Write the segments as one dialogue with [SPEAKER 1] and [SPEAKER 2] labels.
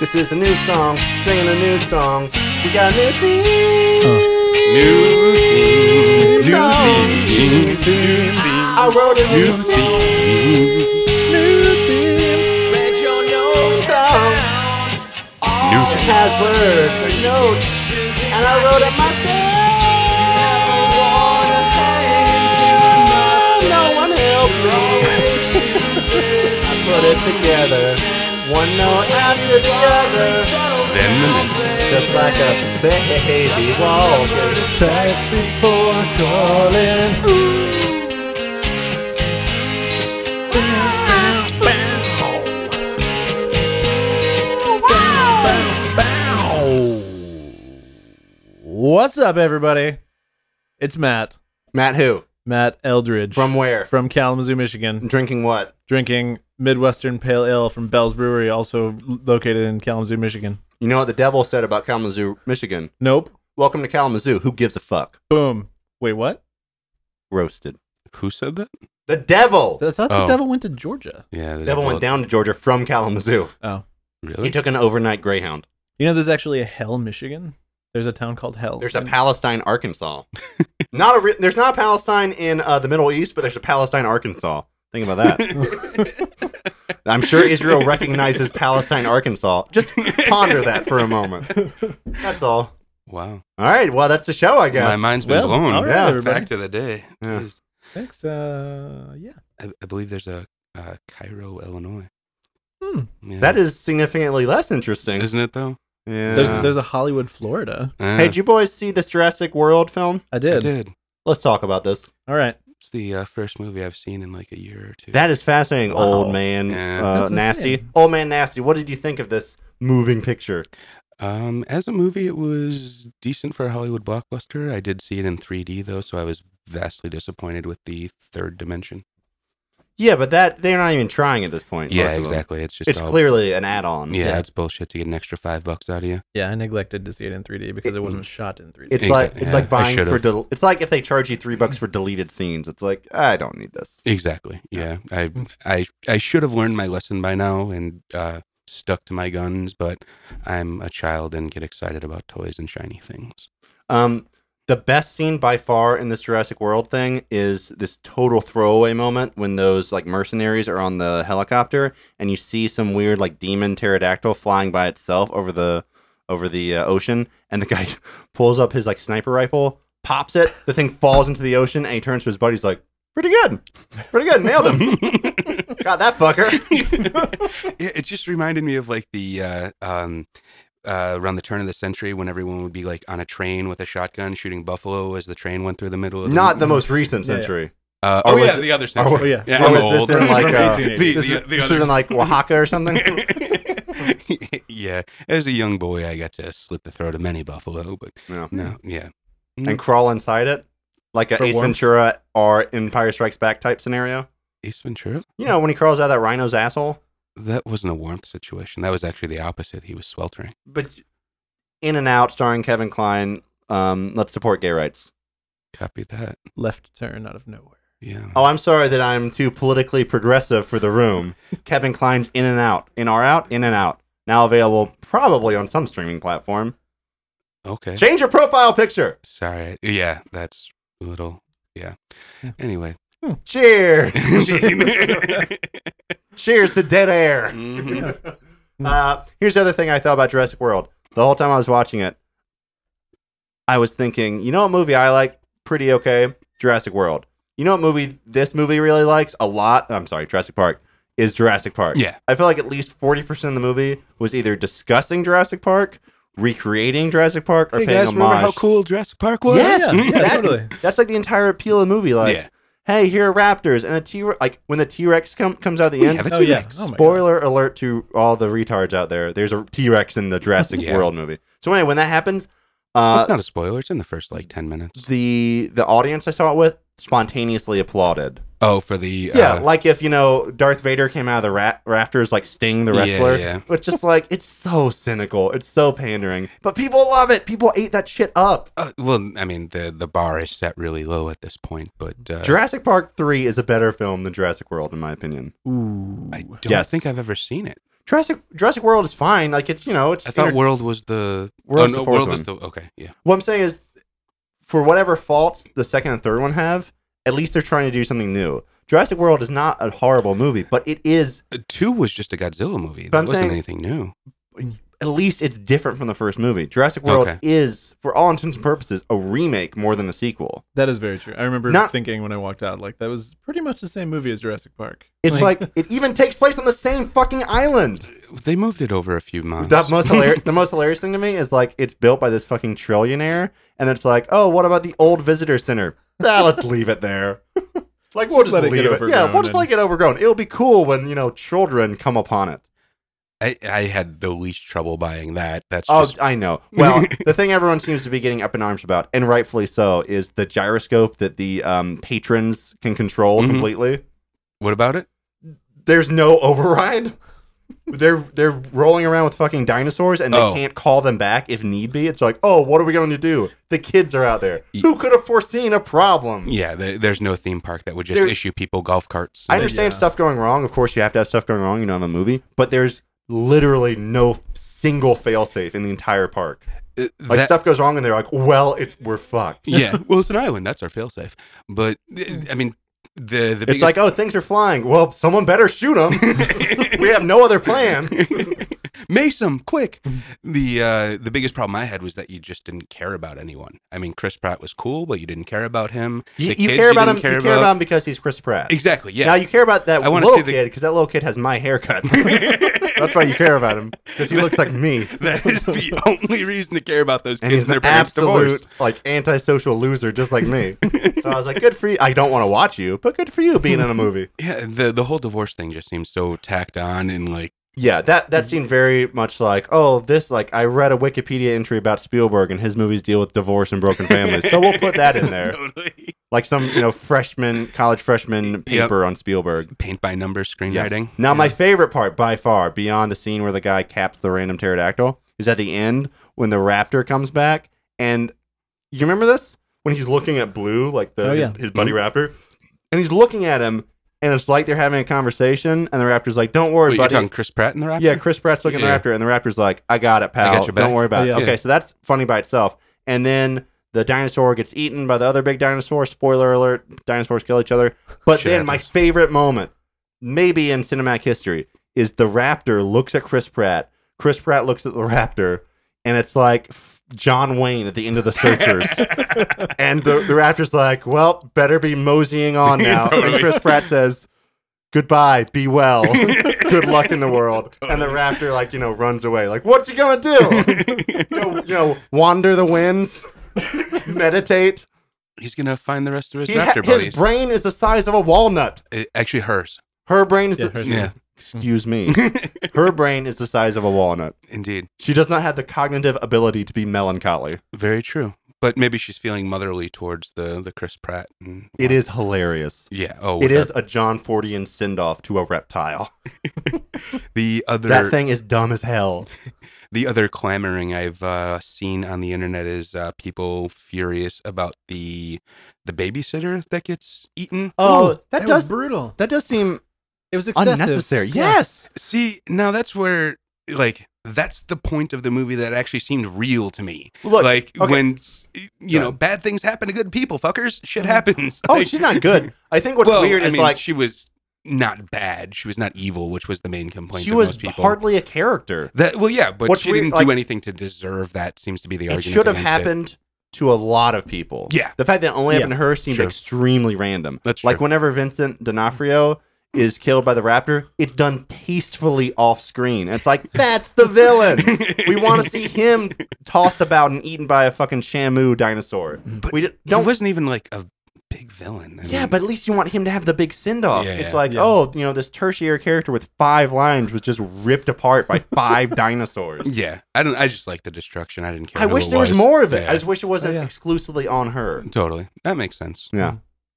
[SPEAKER 1] This is a new song, singing a new song. We got a new theme.
[SPEAKER 2] New theme, new
[SPEAKER 1] song.
[SPEAKER 2] theme, new theme,
[SPEAKER 1] I wrote a new,
[SPEAKER 2] new theme,
[SPEAKER 1] new theme.
[SPEAKER 3] Read your notes
[SPEAKER 1] Song
[SPEAKER 2] new theme.
[SPEAKER 1] has words and notes, and I wrote it myself. No one helped me. I put it together, one note after the other,
[SPEAKER 2] Then the next.
[SPEAKER 1] just like a baby walking.
[SPEAKER 4] Text before calling. What's up, everybody? It's Matt,
[SPEAKER 1] Matt, who
[SPEAKER 4] Matt Eldridge
[SPEAKER 1] from where?
[SPEAKER 4] from Kalamazoo, Michigan,
[SPEAKER 1] Drinking what?
[SPEAKER 4] drinking Midwestern Pale Ale from Bell's Brewery, also located in Kalamazoo, Michigan.
[SPEAKER 1] You know what the devil said about Kalamazoo, Michigan?
[SPEAKER 4] Nope.
[SPEAKER 1] Welcome to Kalamazoo. Who gives a fuck?
[SPEAKER 4] Boom. Wait, what?
[SPEAKER 1] Roasted.
[SPEAKER 2] Who said that?
[SPEAKER 1] The devil.
[SPEAKER 4] I thought the
[SPEAKER 2] Oh.
[SPEAKER 4] devil went to Georgia.
[SPEAKER 2] Yeah, the
[SPEAKER 1] The devil went down to Georgia from Kalamazoo.
[SPEAKER 4] Oh.
[SPEAKER 1] He
[SPEAKER 2] Really?
[SPEAKER 1] took an overnight Greyhound.
[SPEAKER 4] You know, there's actually a Hell, Michigan. There's a town called Hell.
[SPEAKER 1] There's a Palestine, Arkansas. not a re- there's not a Palestine in uh, the Middle East, but there's a Palestine, Arkansas. Think about that. I'm sure Israel recognizes Palestine, Arkansas. Just ponder that for a moment. That's all.
[SPEAKER 2] Wow.
[SPEAKER 1] All right. Well, that's the show, I guess.
[SPEAKER 2] My mind's been
[SPEAKER 4] Well,
[SPEAKER 2] blown.
[SPEAKER 4] all right,
[SPEAKER 1] Yeah,
[SPEAKER 4] everybody.
[SPEAKER 2] Back to the day.
[SPEAKER 1] Yeah.
[SPEAKER 4] Thanks. Uh, yeah.
[SPEAKER 2] I, I believe there's a uh, Cairo, Illinois.
[SPEAKER 4] Hmm.
[SPEAKER 2] Yeah.
[SPEAKER 1] That is significantly less interesting.
[SPEAKER 2] Isn't it though?
[SPEAKER 1] yeah.
[SPEAKER 4] There's there's a Hollywood, Florida.
[SPEAKER 2] Uh,
[SPEAKER 1] hey, did you boys see this Jurassic World film?
[SPEAKER 4] I
[SPEAKER 2] I
[SPEAKER 4] did.
[SPEAKER 2] did.
[SPEAKER 1] Let's talk about this.
[SPEAKER 4] All right.
[SPEAKER 2] It's the uh, first movie I've seen in like a year or two.
[SPEAKER 1] That is fascinating,
[SPEAKER 4] Wow.
[SPEAKER 1] old man
[SPEAKER 2] Yeah.
[SPEAKER 1] uh,
[SPEAKER 4] That's
[SPEAKER 1] nasty.
[SPEAKER 4] insane.
[SPEAKER 1] Old man nasty. What did you think of this moving picture?
[SPEAKER 2] Um, as a movie, it was decent for a Hollywood blockbuster. I did see it in 3D though, so I was vastly disappointed with the third dimension.
[SPEAKER 1] Yeah, but that they're not even trying at this point.
[SPEAKER 2] yeah,
[SPEAKER 1] most of them.
[SPEAKER 2] exactly. It's just
[SPEAKER 1] It's
[SPEAKER 2] all,
[SPEAKER 1] clearly an add-on.
[SPEAKER 2] Yeah,
[SPEAKER 4] Yeah.
[SPEAKER 2] it's bullshit to get an extra five bucks out of you.
[SPEAKER 4] Yeah, I neglected to see it in 3D because it, wasn't shot in 3D.
[SPEAKER 1] It's
[SPEAKER 2] Exactly.
[SPEAKER 1] like it's
[SPEAKER 2] Yeah, I
[SPEAKER 1] like buying for
[SPEAKER 2] should've.
[SPEAKER 1] del- it's like if they charge you three bucks for deleted scenes. It's like I don't need this.
[SPEAKER 2] Exactly. Yeah, I I I should have learned my lesson by now and uh, stuck to my guns, but I'm a child and get excited about toys and shiny things.
[SPEAKER 1] Um, the best scene by far in this Jurassic World thing is this total throwaway moment when those like mercenaries are on the helicopter and you see some weird like demon pterodactyl flying by itself over the over the uh, ocean and the guy pulls up his like sniper rifle, pops it, the thing falls into the ocean and he turns to his buddies like, "Pretty good, pretty good, nailed him, got that fucker."
[SPEAKER 2] it, it just reminded me of like the uh, um, uh, around the turn of the century when everyone would be like on a train with a shotgun shooting buffalo as the train went through the middle of the
[SPEAKER 1] Not the most recent
[SPEAKER 4] Yeah, yeah.
[SPEAKER 1] century.
[SPEAKER 2] Uh,
[SPEAKER 1] Or
[SPEAKER 2] oh
[SPEAKER 1] was
[SPEAKER 2] yeah,
[SPEAKER 1] it-
[SPEAKER 2] the other
[SPEAKER 1] or
[SPEAKER 2] century.
[SPEAKER 1] was-
[SPEAKER 4] yeah.
[SPEAKER 2] yeah,
[SPEAKER 1] Or
[SPEAKER 2] I'm
[SPEAKER 1] was
[SPEAKER 2] old.
[SPEAKER 1] this in like
[SPEAKER 4] From
[SPEAKER 1] uh,
[SPEAKER 4] 1880.
[SPEAKER 2] The-
[SPEAKER 1] this,
[SPEAKER 2] the-
[SPEAKER 1] is-
[SPEAKER 2] the
[SPEAKER 1] this
[SPEAKER 2] other
[SPEAKER 1] was in like Oaxaca or something?
[SPEAKER 2] yeah, as a young boy, I got to slit the throat of many buffalo, but
[SPEAKER 1] Yeah.
[SPEAKER 2] no, yeah,
[SPEAKER 1] and crawl inside it, like a
[SPEAKER 4] For
[SPEAKER 1] Ace
[SPEAKER 4] warmth?
[SPEAKER 1] Ventura or Empire Strikes Back type scenario.
[SPEAKER 2] Ace Ventura.
[SPEAKER 1] You know, when he crawls out of that rhino's asshole,
[SPEAKER 2] That wasn't a warmth situation. That was actually the opposite. He was sweltering.
[SPEAKER 1] but In and Out, starring Kevin Klein. Um, let's support gay rights.
[SPEAKER 2] Copy that.
[SPEAKER 4] Left turn out of nowhere.
[SPEAKER 2] Yeah.
[SPEAKER 1] Oh, I'm sorry that I'm too politically progressive for the room. Kevin Klein's In and Out, In or Out, In and Out. Now available probably on some streaming platform.
[SPEAKER 2] Okay.
[SPEAKER 1] Change your profile picture.
[SPEAKER 2] Sorry. Yeah, that's a little. Yeah. Anyway.
[SPEAKER 1] Cheers. Cheers to dead air.
[SPEAKER 2] Mhm.
[SPEAKER 1] Uh, here's the other thing I thought about Jurassic World. The whole time I was watching it, I was thinking, you know what movie I like pretty okay? Jurassic World. You know what movie this movie really likes a lot? I'm sorry, Jurassic Park is Jurassic Park.
[SPEAKER 2] Yeah.
[SPEAKER 1] I feel like at least 40% of the movie was either discussing Jurassic Park, recreating Jurassic Park, or
[SPEAKER 2] Hey
[SPEAKER 1] paying
[SPEAKER 2] guys, remember
[SPEAKER 1] homage.
[SPEAKER 2] how cool Jurassic Park was?
[SPEAKER 1] Yes,
[SPEAKER 4] Yeah, yeah,
[SPEAKER 1] that's,
[SPEAKER 4] totally.
[SPEAKER 1] that's like the entire appeal of the movie. Like,
[SPEAKER 2] Yeah.
[SPEAKER 1] hey, here are raptors and a T Rex. Like when the T Rex com- comes out at the
[SPEAKER 2] We
[SPEAKER 1] end,
[SPEAKER 2] have a
[SPEAKER 4] Oh,
[SPEAKER 2] T-Rex.
[SPEAKER 4] yeah. Oh, my God.
[SPEAKER 1] Spoiler alert to all the retards out there. There's a T Rex in the Jurassic
[SPEAKER 2] Yeah.
[SPEAKER 1] World movie. So anyway, when that happens,
[SPEAKER 2] That's
[SPEAKER 1] uh,
[SPEAKER 2] not a spoiler. It's in the first like ten minutes.
[SPEAKER 1] the the audience I saw it with spontaneously applauded.
[SPEAKER 2] Oh, for the
[SPEAKER 1] Yeah,
[SPEAKER 2] uh,
[SPEAKER 1] like if you know Darth Vader came out of the ra- rafters like Sting the
[SPEAKER 2] Yeah,
[SPEAKER 1] wrestler.
[SPEAKER 2] yeah.
[SPEAKER 1] But just like it's so cynical, it's so pandering. But people love it. People ate that shit up.
[SPEAKER 2] uh, well, I mean the the bar is set really low at this point, but uh,
[SPEAKER 1] Jurassic Park Three is a better film than Jurassic World, in my opinion.
[SPEAKER 4] Ooh.
[SPEAKER 2] I don't
[SPEAKER 1] Yes.
[SPEAKER 2] think I've ever seen it.
[SPEAKER 1] Jurassic Jurassic World is fine. Like it's you know it's
[SPEAKER 2] I thought
[SPEAKER 1] enter-
[SPEAKER 2] World was the oh,
[SPEAKER 1] World's the fourth
[SPEAKER 2] World
[SPEAKER 1] one.
[SPEAKER 2] is the okay. Yeah,
[SPEAKER 1] what I'm saying is for whatever faults the second and third one have, at least they're trying to do something new. Jurassic World is not a horrible movie, but it is
[SPEAKER 2] Uh, two was just a Godzilla movie.
[SPEAKER 1] But
[SPEAKER 2] That
[SPEAKER 1] I'm
[SPEAKER 2] wasn't
[SPEAKER 1] saying-
[SPEAKER 2] anything new.
[SPEAKER 1] at least it's different from the first movie. Jurassic World
[SPEAKER 2] Okay.
[SPEAKER 1] is, for all intents and purposes, a remake more than a sequel.
[SPEAKER 4] That is very true. I remember
[SPEAKER 1] Not-
[SPEAKER 4] thinking when I walked out, like that was pretty much the same movie as Jurassic Park.
[SPEAKER 1] It's like, it even takes place on the same fucking island.
[SPEAKER 2] They moved it over a few months.
[SPEAKER 1] The most hilarious, the most hilarious thing to me is like it's built by this fucking trillionaire, and it's like, oh, what about the old visitor center? Ah, let's leave it there. like we'll
[SPEAKER 4] Just
[SPEAKER 1] just,
[SPEAKER 4] let it
[SPEAKER 1] leave
[SPEAKER 4] get
[SPEAKER 1] it. Yeah,
[SPEAKER 4] overgrown
[SPEAKER 1] we'll just
[SPEAKER 4] and-
[SPEAKER 1] let it get overgrown. It'll be cool when you know children come upon it.
[SPEAKER 2] I, I had the least trouble buying that. That's
[SPEAKER 1] Oh,
[SPEAKER 2] just
[SPEAKER 1] I know. Well, the thing everyone seems to be getting up in arms about, and rightfully so, is the gyroscope that the um, patrons can control
[SPEAKER 4] Mm-hmm.
[SPEAKER 2] Mhm.
[SPEAKER 1] completely.
[SPEAKER 2] what about it?
[SPEAKER 1] There's no override. they're they're rolling around with fucking dinosaurs, and they
[SPEAKER 2] Oh.
[SPEAKER 1] can't call them back if need be. It's like, oh, what are we going to do? The kids are out there.
[SPEAKER 2] Y-
[SPEAKER 1] Who could have foreseen a problem?
[SPEAKER 2] Yeah, there, there's no theme park that would just
[SPEAKER 1] There-
[SPEAKER 2] issue people golf carts.
[SPEAKER 1] I understand
[SPEAKER 4] Yeah.
[SPEAKER 1] stuff going wrong. Of course, you have to have stuff going wrong. You know, I'm a movie, but there's literally no single failsafe in the entire park.
[SPEAKER 2] Uh,
[SPEAKER 1] Like
[SPEAKER 2] that-
[SPEAKER 1] stuff goes wrong, and they're like, well, it's we're fucked.
[SPEAKER 2] yeah, well, it's an island. That's our failsafe. But uh, I mean, the the biggest,
[SPEAKER 1] Hmm. It's like, oh, things are flying. Well, someone better shoot them. we have no other plan.
[SPEAKER 2] Mason, quick.
[SPEAKER 1] Hmm.
[SPEAKER 2] The uh, the biggest problem I had was that you just didn't care about anyone. I mean, Chris Pratt was cool, but you didn't care about him.
[SPEAKER 1] You,
[SPEAKER 2] The
[SPEAKER 1] you
[SPEAKER 2] kids
[SPEAKER 1] care about him.
[SPEAKER 2] didn't care
[SPEAKER 1] you care about him because he's Chris Pratt.
[SPEAKER 2] exactly. Yeah.
[SPEAKER 1] Now you care about that
[SPEAKER 2] I wanna
[SPEAKER 1] little
[SPEAKER 2] see the-
[SPEAKER 1] kid because that little kid has my haircut. That's why you care about him because he looks like me.
[SPEAKER 2] that is the only reason to care about those
[SPEAKER 1] And
[SPEAKER 2] kids
[SPEAKER 1] he's
[SPEAKER 2] and their
[SPEAKER 1] an
[SPEAKER 2] parents'
[SPEAKER 1] absolute
[SPEAKER 2] divorce.
[SPEAKER 1] like antisocial loser, just like me. so I was like, "Good for you." I don't want to watch you, but good for you being in a movie.
[SPEAKER 2] Yeah, the the whole divorce thing just seems so tacked on and like
[SPEAKER 1] Yeah, that that seemed very much like, "Oh, this like I read a Wikipedia entry about Spielberg and his movies deal with divorce and broken families, so we'll put that in there."
[SPEAKER 2] totally.
[SPEAKER 1] like some you know freshman college freshman paper on Spielberg.
[SPEAKER 2] Paint by numbers screenwriting.
[SPEAKER 1] Now my favorite part by far, beyond the scene where the guy caps the random pterodactyl, is at the end when the raptor comes back and you remember this when he's looking at Blue, like the
[SPEAKER 4] Oh,
[SPEAKER 1] his,
[SPEAKER 4] yeah.
[SPEAKER 1] his buddy raptor, and he's looking at him, and it's like they're having a conversation, and the raptor's like, "Don't worry,
[SPEAKER 2] Wait, you're
[SPEAKER 1] buddy."
[SPEAKER 2] talking Chris Pratt and the Raptor?
[SPEAKER 1] Yeah, Chris Pratt's looking
[SPEAKER 2] Yeah.
[SPEAKER 1] at the raptor, and the raptor's like, "I got it, pal.
[SPEAKER 2] got your back."
[SPEAKER 1] Don't worry about
[SPEAKER 4] Oh, yeah.
[SPEAKER 1] it." Okay, so that's funny by itself. And then the dinosaur gets eaten by the other big dinosaur. Spoiler alert: dinosaurs kill each other. But
[SPEAKER 2] Shit
[SPEAKER 1] then my
[SPEAKER 2] happens.
[SPEAKER 1] favorite moment, maybe in cinematic history, is the raptor looks at Chris Pratt. Chris Pratt looks at the raptor, and it's like f- John Wayne at the end of The Searchers. and the, the raptor's like, "Well, better be moseying on now."
[SPEAKER 2] Totally.
[SPEAKER 1] And Chris Pratt says, "Goodbye, be well, good luck in the world." And the raptor, like you know, runs away. Like, what's he gonna do? you, know, you know, wander the winds, meditate.
[SPEAKER 2] He's gonna find the rest of his
[SPEAKER 1] He ha-
[SPEAKER 2] Raptor
[SPEAKER 1] his
[SPEAKER 2] buddies.
[SPEAKER 1] brain is the size of a walnut.
[SPEAKER 2] Uh, actually, hers.
[SPEAKER 1] Her brain is
[SPEAKER 4] Yeah,
[SPEAKER 1] the,
[SPEAKER 4] hers
[SPEAKER 2] Yeah,
[SPEAKER 1] excuse me. Her brain is the size of a walnut.
[SPEAKER 2] indeed.
[SPEAKER 1] She does not have the cognitive ability to be melancholy.
[SPEAKER 2] Very true. But maybe she's feeling motherly towards the the Chris Pratt. And,
[SPEAKER 1] It is hilarious.
[SPEAKER 2] Yeah. Oh,
[SPEAKER 1] It
[SPEAKER 2] without-
[SPEAKER 1] is a John Fordian send off to a reptile.
[SPEAKER 2] the other
[SPEAKER 1] That thing is dumb as hell.
[SPEAKER 2] the other clamoring I've uh, seen on the internet is uh, people furious about the the babysitter that gets eaten.
[SPEAKER 1] Oh, that,
[SPEAKER 4] was
[SPEAKER 1] does
[SPEAKER 4] brutal.
[SPEAKER 1] that does seem
[SPEAKER 4] It was excessive.
[SPEAKER 1] unnecessary.
[SPEAKER 4] Yeah.
[SPEAKER 1] Yes.
[SPEAKER 2] See, now that's where like that's the point of the movie that actually seemed real to me.
[SPEAKER 1] Look.
[SPEAKER 2] like
[SPEAKER 1] okay.
[SPEAKER 2] when you know
[SPEAKER 1] ahead.
[SPEAKER 2] bad things happen to good people, fuckers. Shit happens.
[SPEAKER 1] oh,
[SPEAKER 2] Like-
[SPEAKER 1] she's not good. I think what's
[SPEAKER 2] well,
[SPEAKER 1] weird
[SPEAKER 2] I
[SPEAKER 1] is
[SPEAKER 2] mean,
[SPEAKER 1] like she,
[SPEAKER 2] she was not bad. She was not evil, which was the main complaint. of
[SPEAKER 1] was
[SPEAKER 2] most people.
[SPEAKER 1] hardly a character.
[SPEAKER 2] That well, yeah, but
[SPEAKER 1] What's
[SPEAKER 2] she
[SPEAKER 1] weird,
[SPEAKER 2] didn't
[SPEAKER 1] like-
[SPEAKER 2] do anything to deserve that. Seems to be the
[SPEAKER 1] It
[SPEAKER 2] argument.
[SPEAKER 1] should have
[SPEAKER 2] against it.
[SPEAKER 1] happened to a lot of people.
[SPEAKER 2] Yeah.
[SPEAKER 1] The fact that it only
[SPEAKER 4] Yeah.
[SPEAKER 1] happened to her seemed
[SPEAKER 2] True.
[SPEAKER 1] extremely random.
[SPEAKER 2] That's
[SPEAKER 1] like
[SPEAKER 2] true.
[SPEAKER 1] whenever Vincent D'Onofrio is killed by the raptor, it's done tastefully off screen. It's like that's the villain. we want to see him tossed about and eaten by a fucking Shamu dinosaur.
[SPEAKER 2] But
[SPEAKER 1] we just
[SPEAKER 2] Don't
[SPEAKER 1] don't.
[SPEAKER 2] he wasn't even like a big villain. I
[SPEAKER 1] yeah,
[SPEAKER 2] mean,
[SPEAKER 1] but at least you want him to have the big send off.
[SPEAKER 2] Yeah,
[SPEAKER 1] it's
[SPEAKER 2] yeah.
[SPEAKER 1] like,
[SPEAKER 4] Yeah.
[SPEAKER 1] oh, you know, this tertiary character with five lines was just ripped apart by five dinosaurs.
[SPEAKER 2] yeah, I don't. I just like the destruction. I didn't care.
[SPEAKER 1] I
[SPEAKER 2] who
[SPEAKER 1] wish
[SPEAKER 2] it
[SPEAKER 1] there was. more of it.
[SPEAKER 2] Yeah.
[SPEAKER 1] I just wish it wasn't
[SPEAKER 4] yeah.
[SPEAKER 1] exclusively on her.
[SPEAKER 2] Totally, that makes sense.
[SPEAKER 1] Yeah.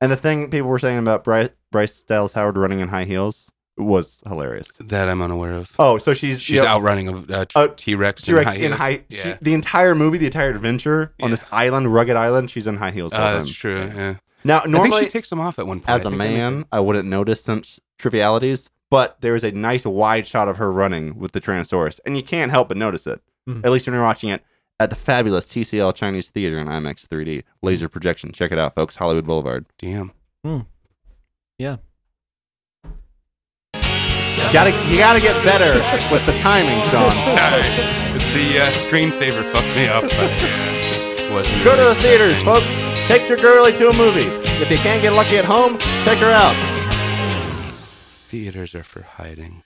[SPEAKER 1] And the thing people were saying about Bryce, Bryce Dallas Howard running in high heels was hilarious.
[SPEAKER 2] That I'm unaware of.
[SPEAKER 1] Oh, so she's
[SPEAKER 2] She's outrunning a, a
[SPEAKER 1] Uh,
[SPEAKER 2] T Rex.
[SPEAKER 1] T Rex in
[SPEAKER 2] heels.
[SPEAKER 1] high.
[SPEAKER 2] Yeah, Uh,
[SPEAKER 1] She, the entire movie, the entire adventure
[SPEAKER 2] Yeah.
[SPEAKER 1] on this island, rugged island, she's in high heels. all
[SPEAKER 2] Uh,
[SPEAKER 1] the
[SPEAKER 2] that's
[SPEAKER 1] time.
[SPEAKER 2] true. Yeah.
[SPEAKER 1] Now,
[SPEAKER 2] I think
[SPEAKER 1] normally
[SPEAKER 2] she takes them off at one point.
[SPEAKER 1] as
[SPEAKER 2] I
[SPEAKER 1] a
[SPEAKER 2] think they make
[SPEAKER 1] man, I wouldn't notice some s- trivialities, but there is a nice wide shot of her running with the Tyrannosaurus, and you can't help but notice it.
[SPEAKER 3] Mhm.
[SPEAKER 1] At least when you're watching it at the fabulous TCL Chinese Theater in IMAX 3D laser projection. Check it out, folks. Hollywood Boulevard.
[SPEAKER 2] Damn.
[SPEAKER 1] Gotta, you gotta get better with the timing, Sean.
[SPEAKER 2] Sorry. It's the uh, screensaver fucked me up. but, uh, wasn't
[SPEAKER 1] Go to
[SPEAKER 2] really
[SPEAKER 1] the theaters,
[SPEAKER 2] expecting.
[SPEAKER 1] folks. Take your girly to a movie. If you can't get lucky at home, take her out.
[SPEAKER 2] Theaters are for hiding.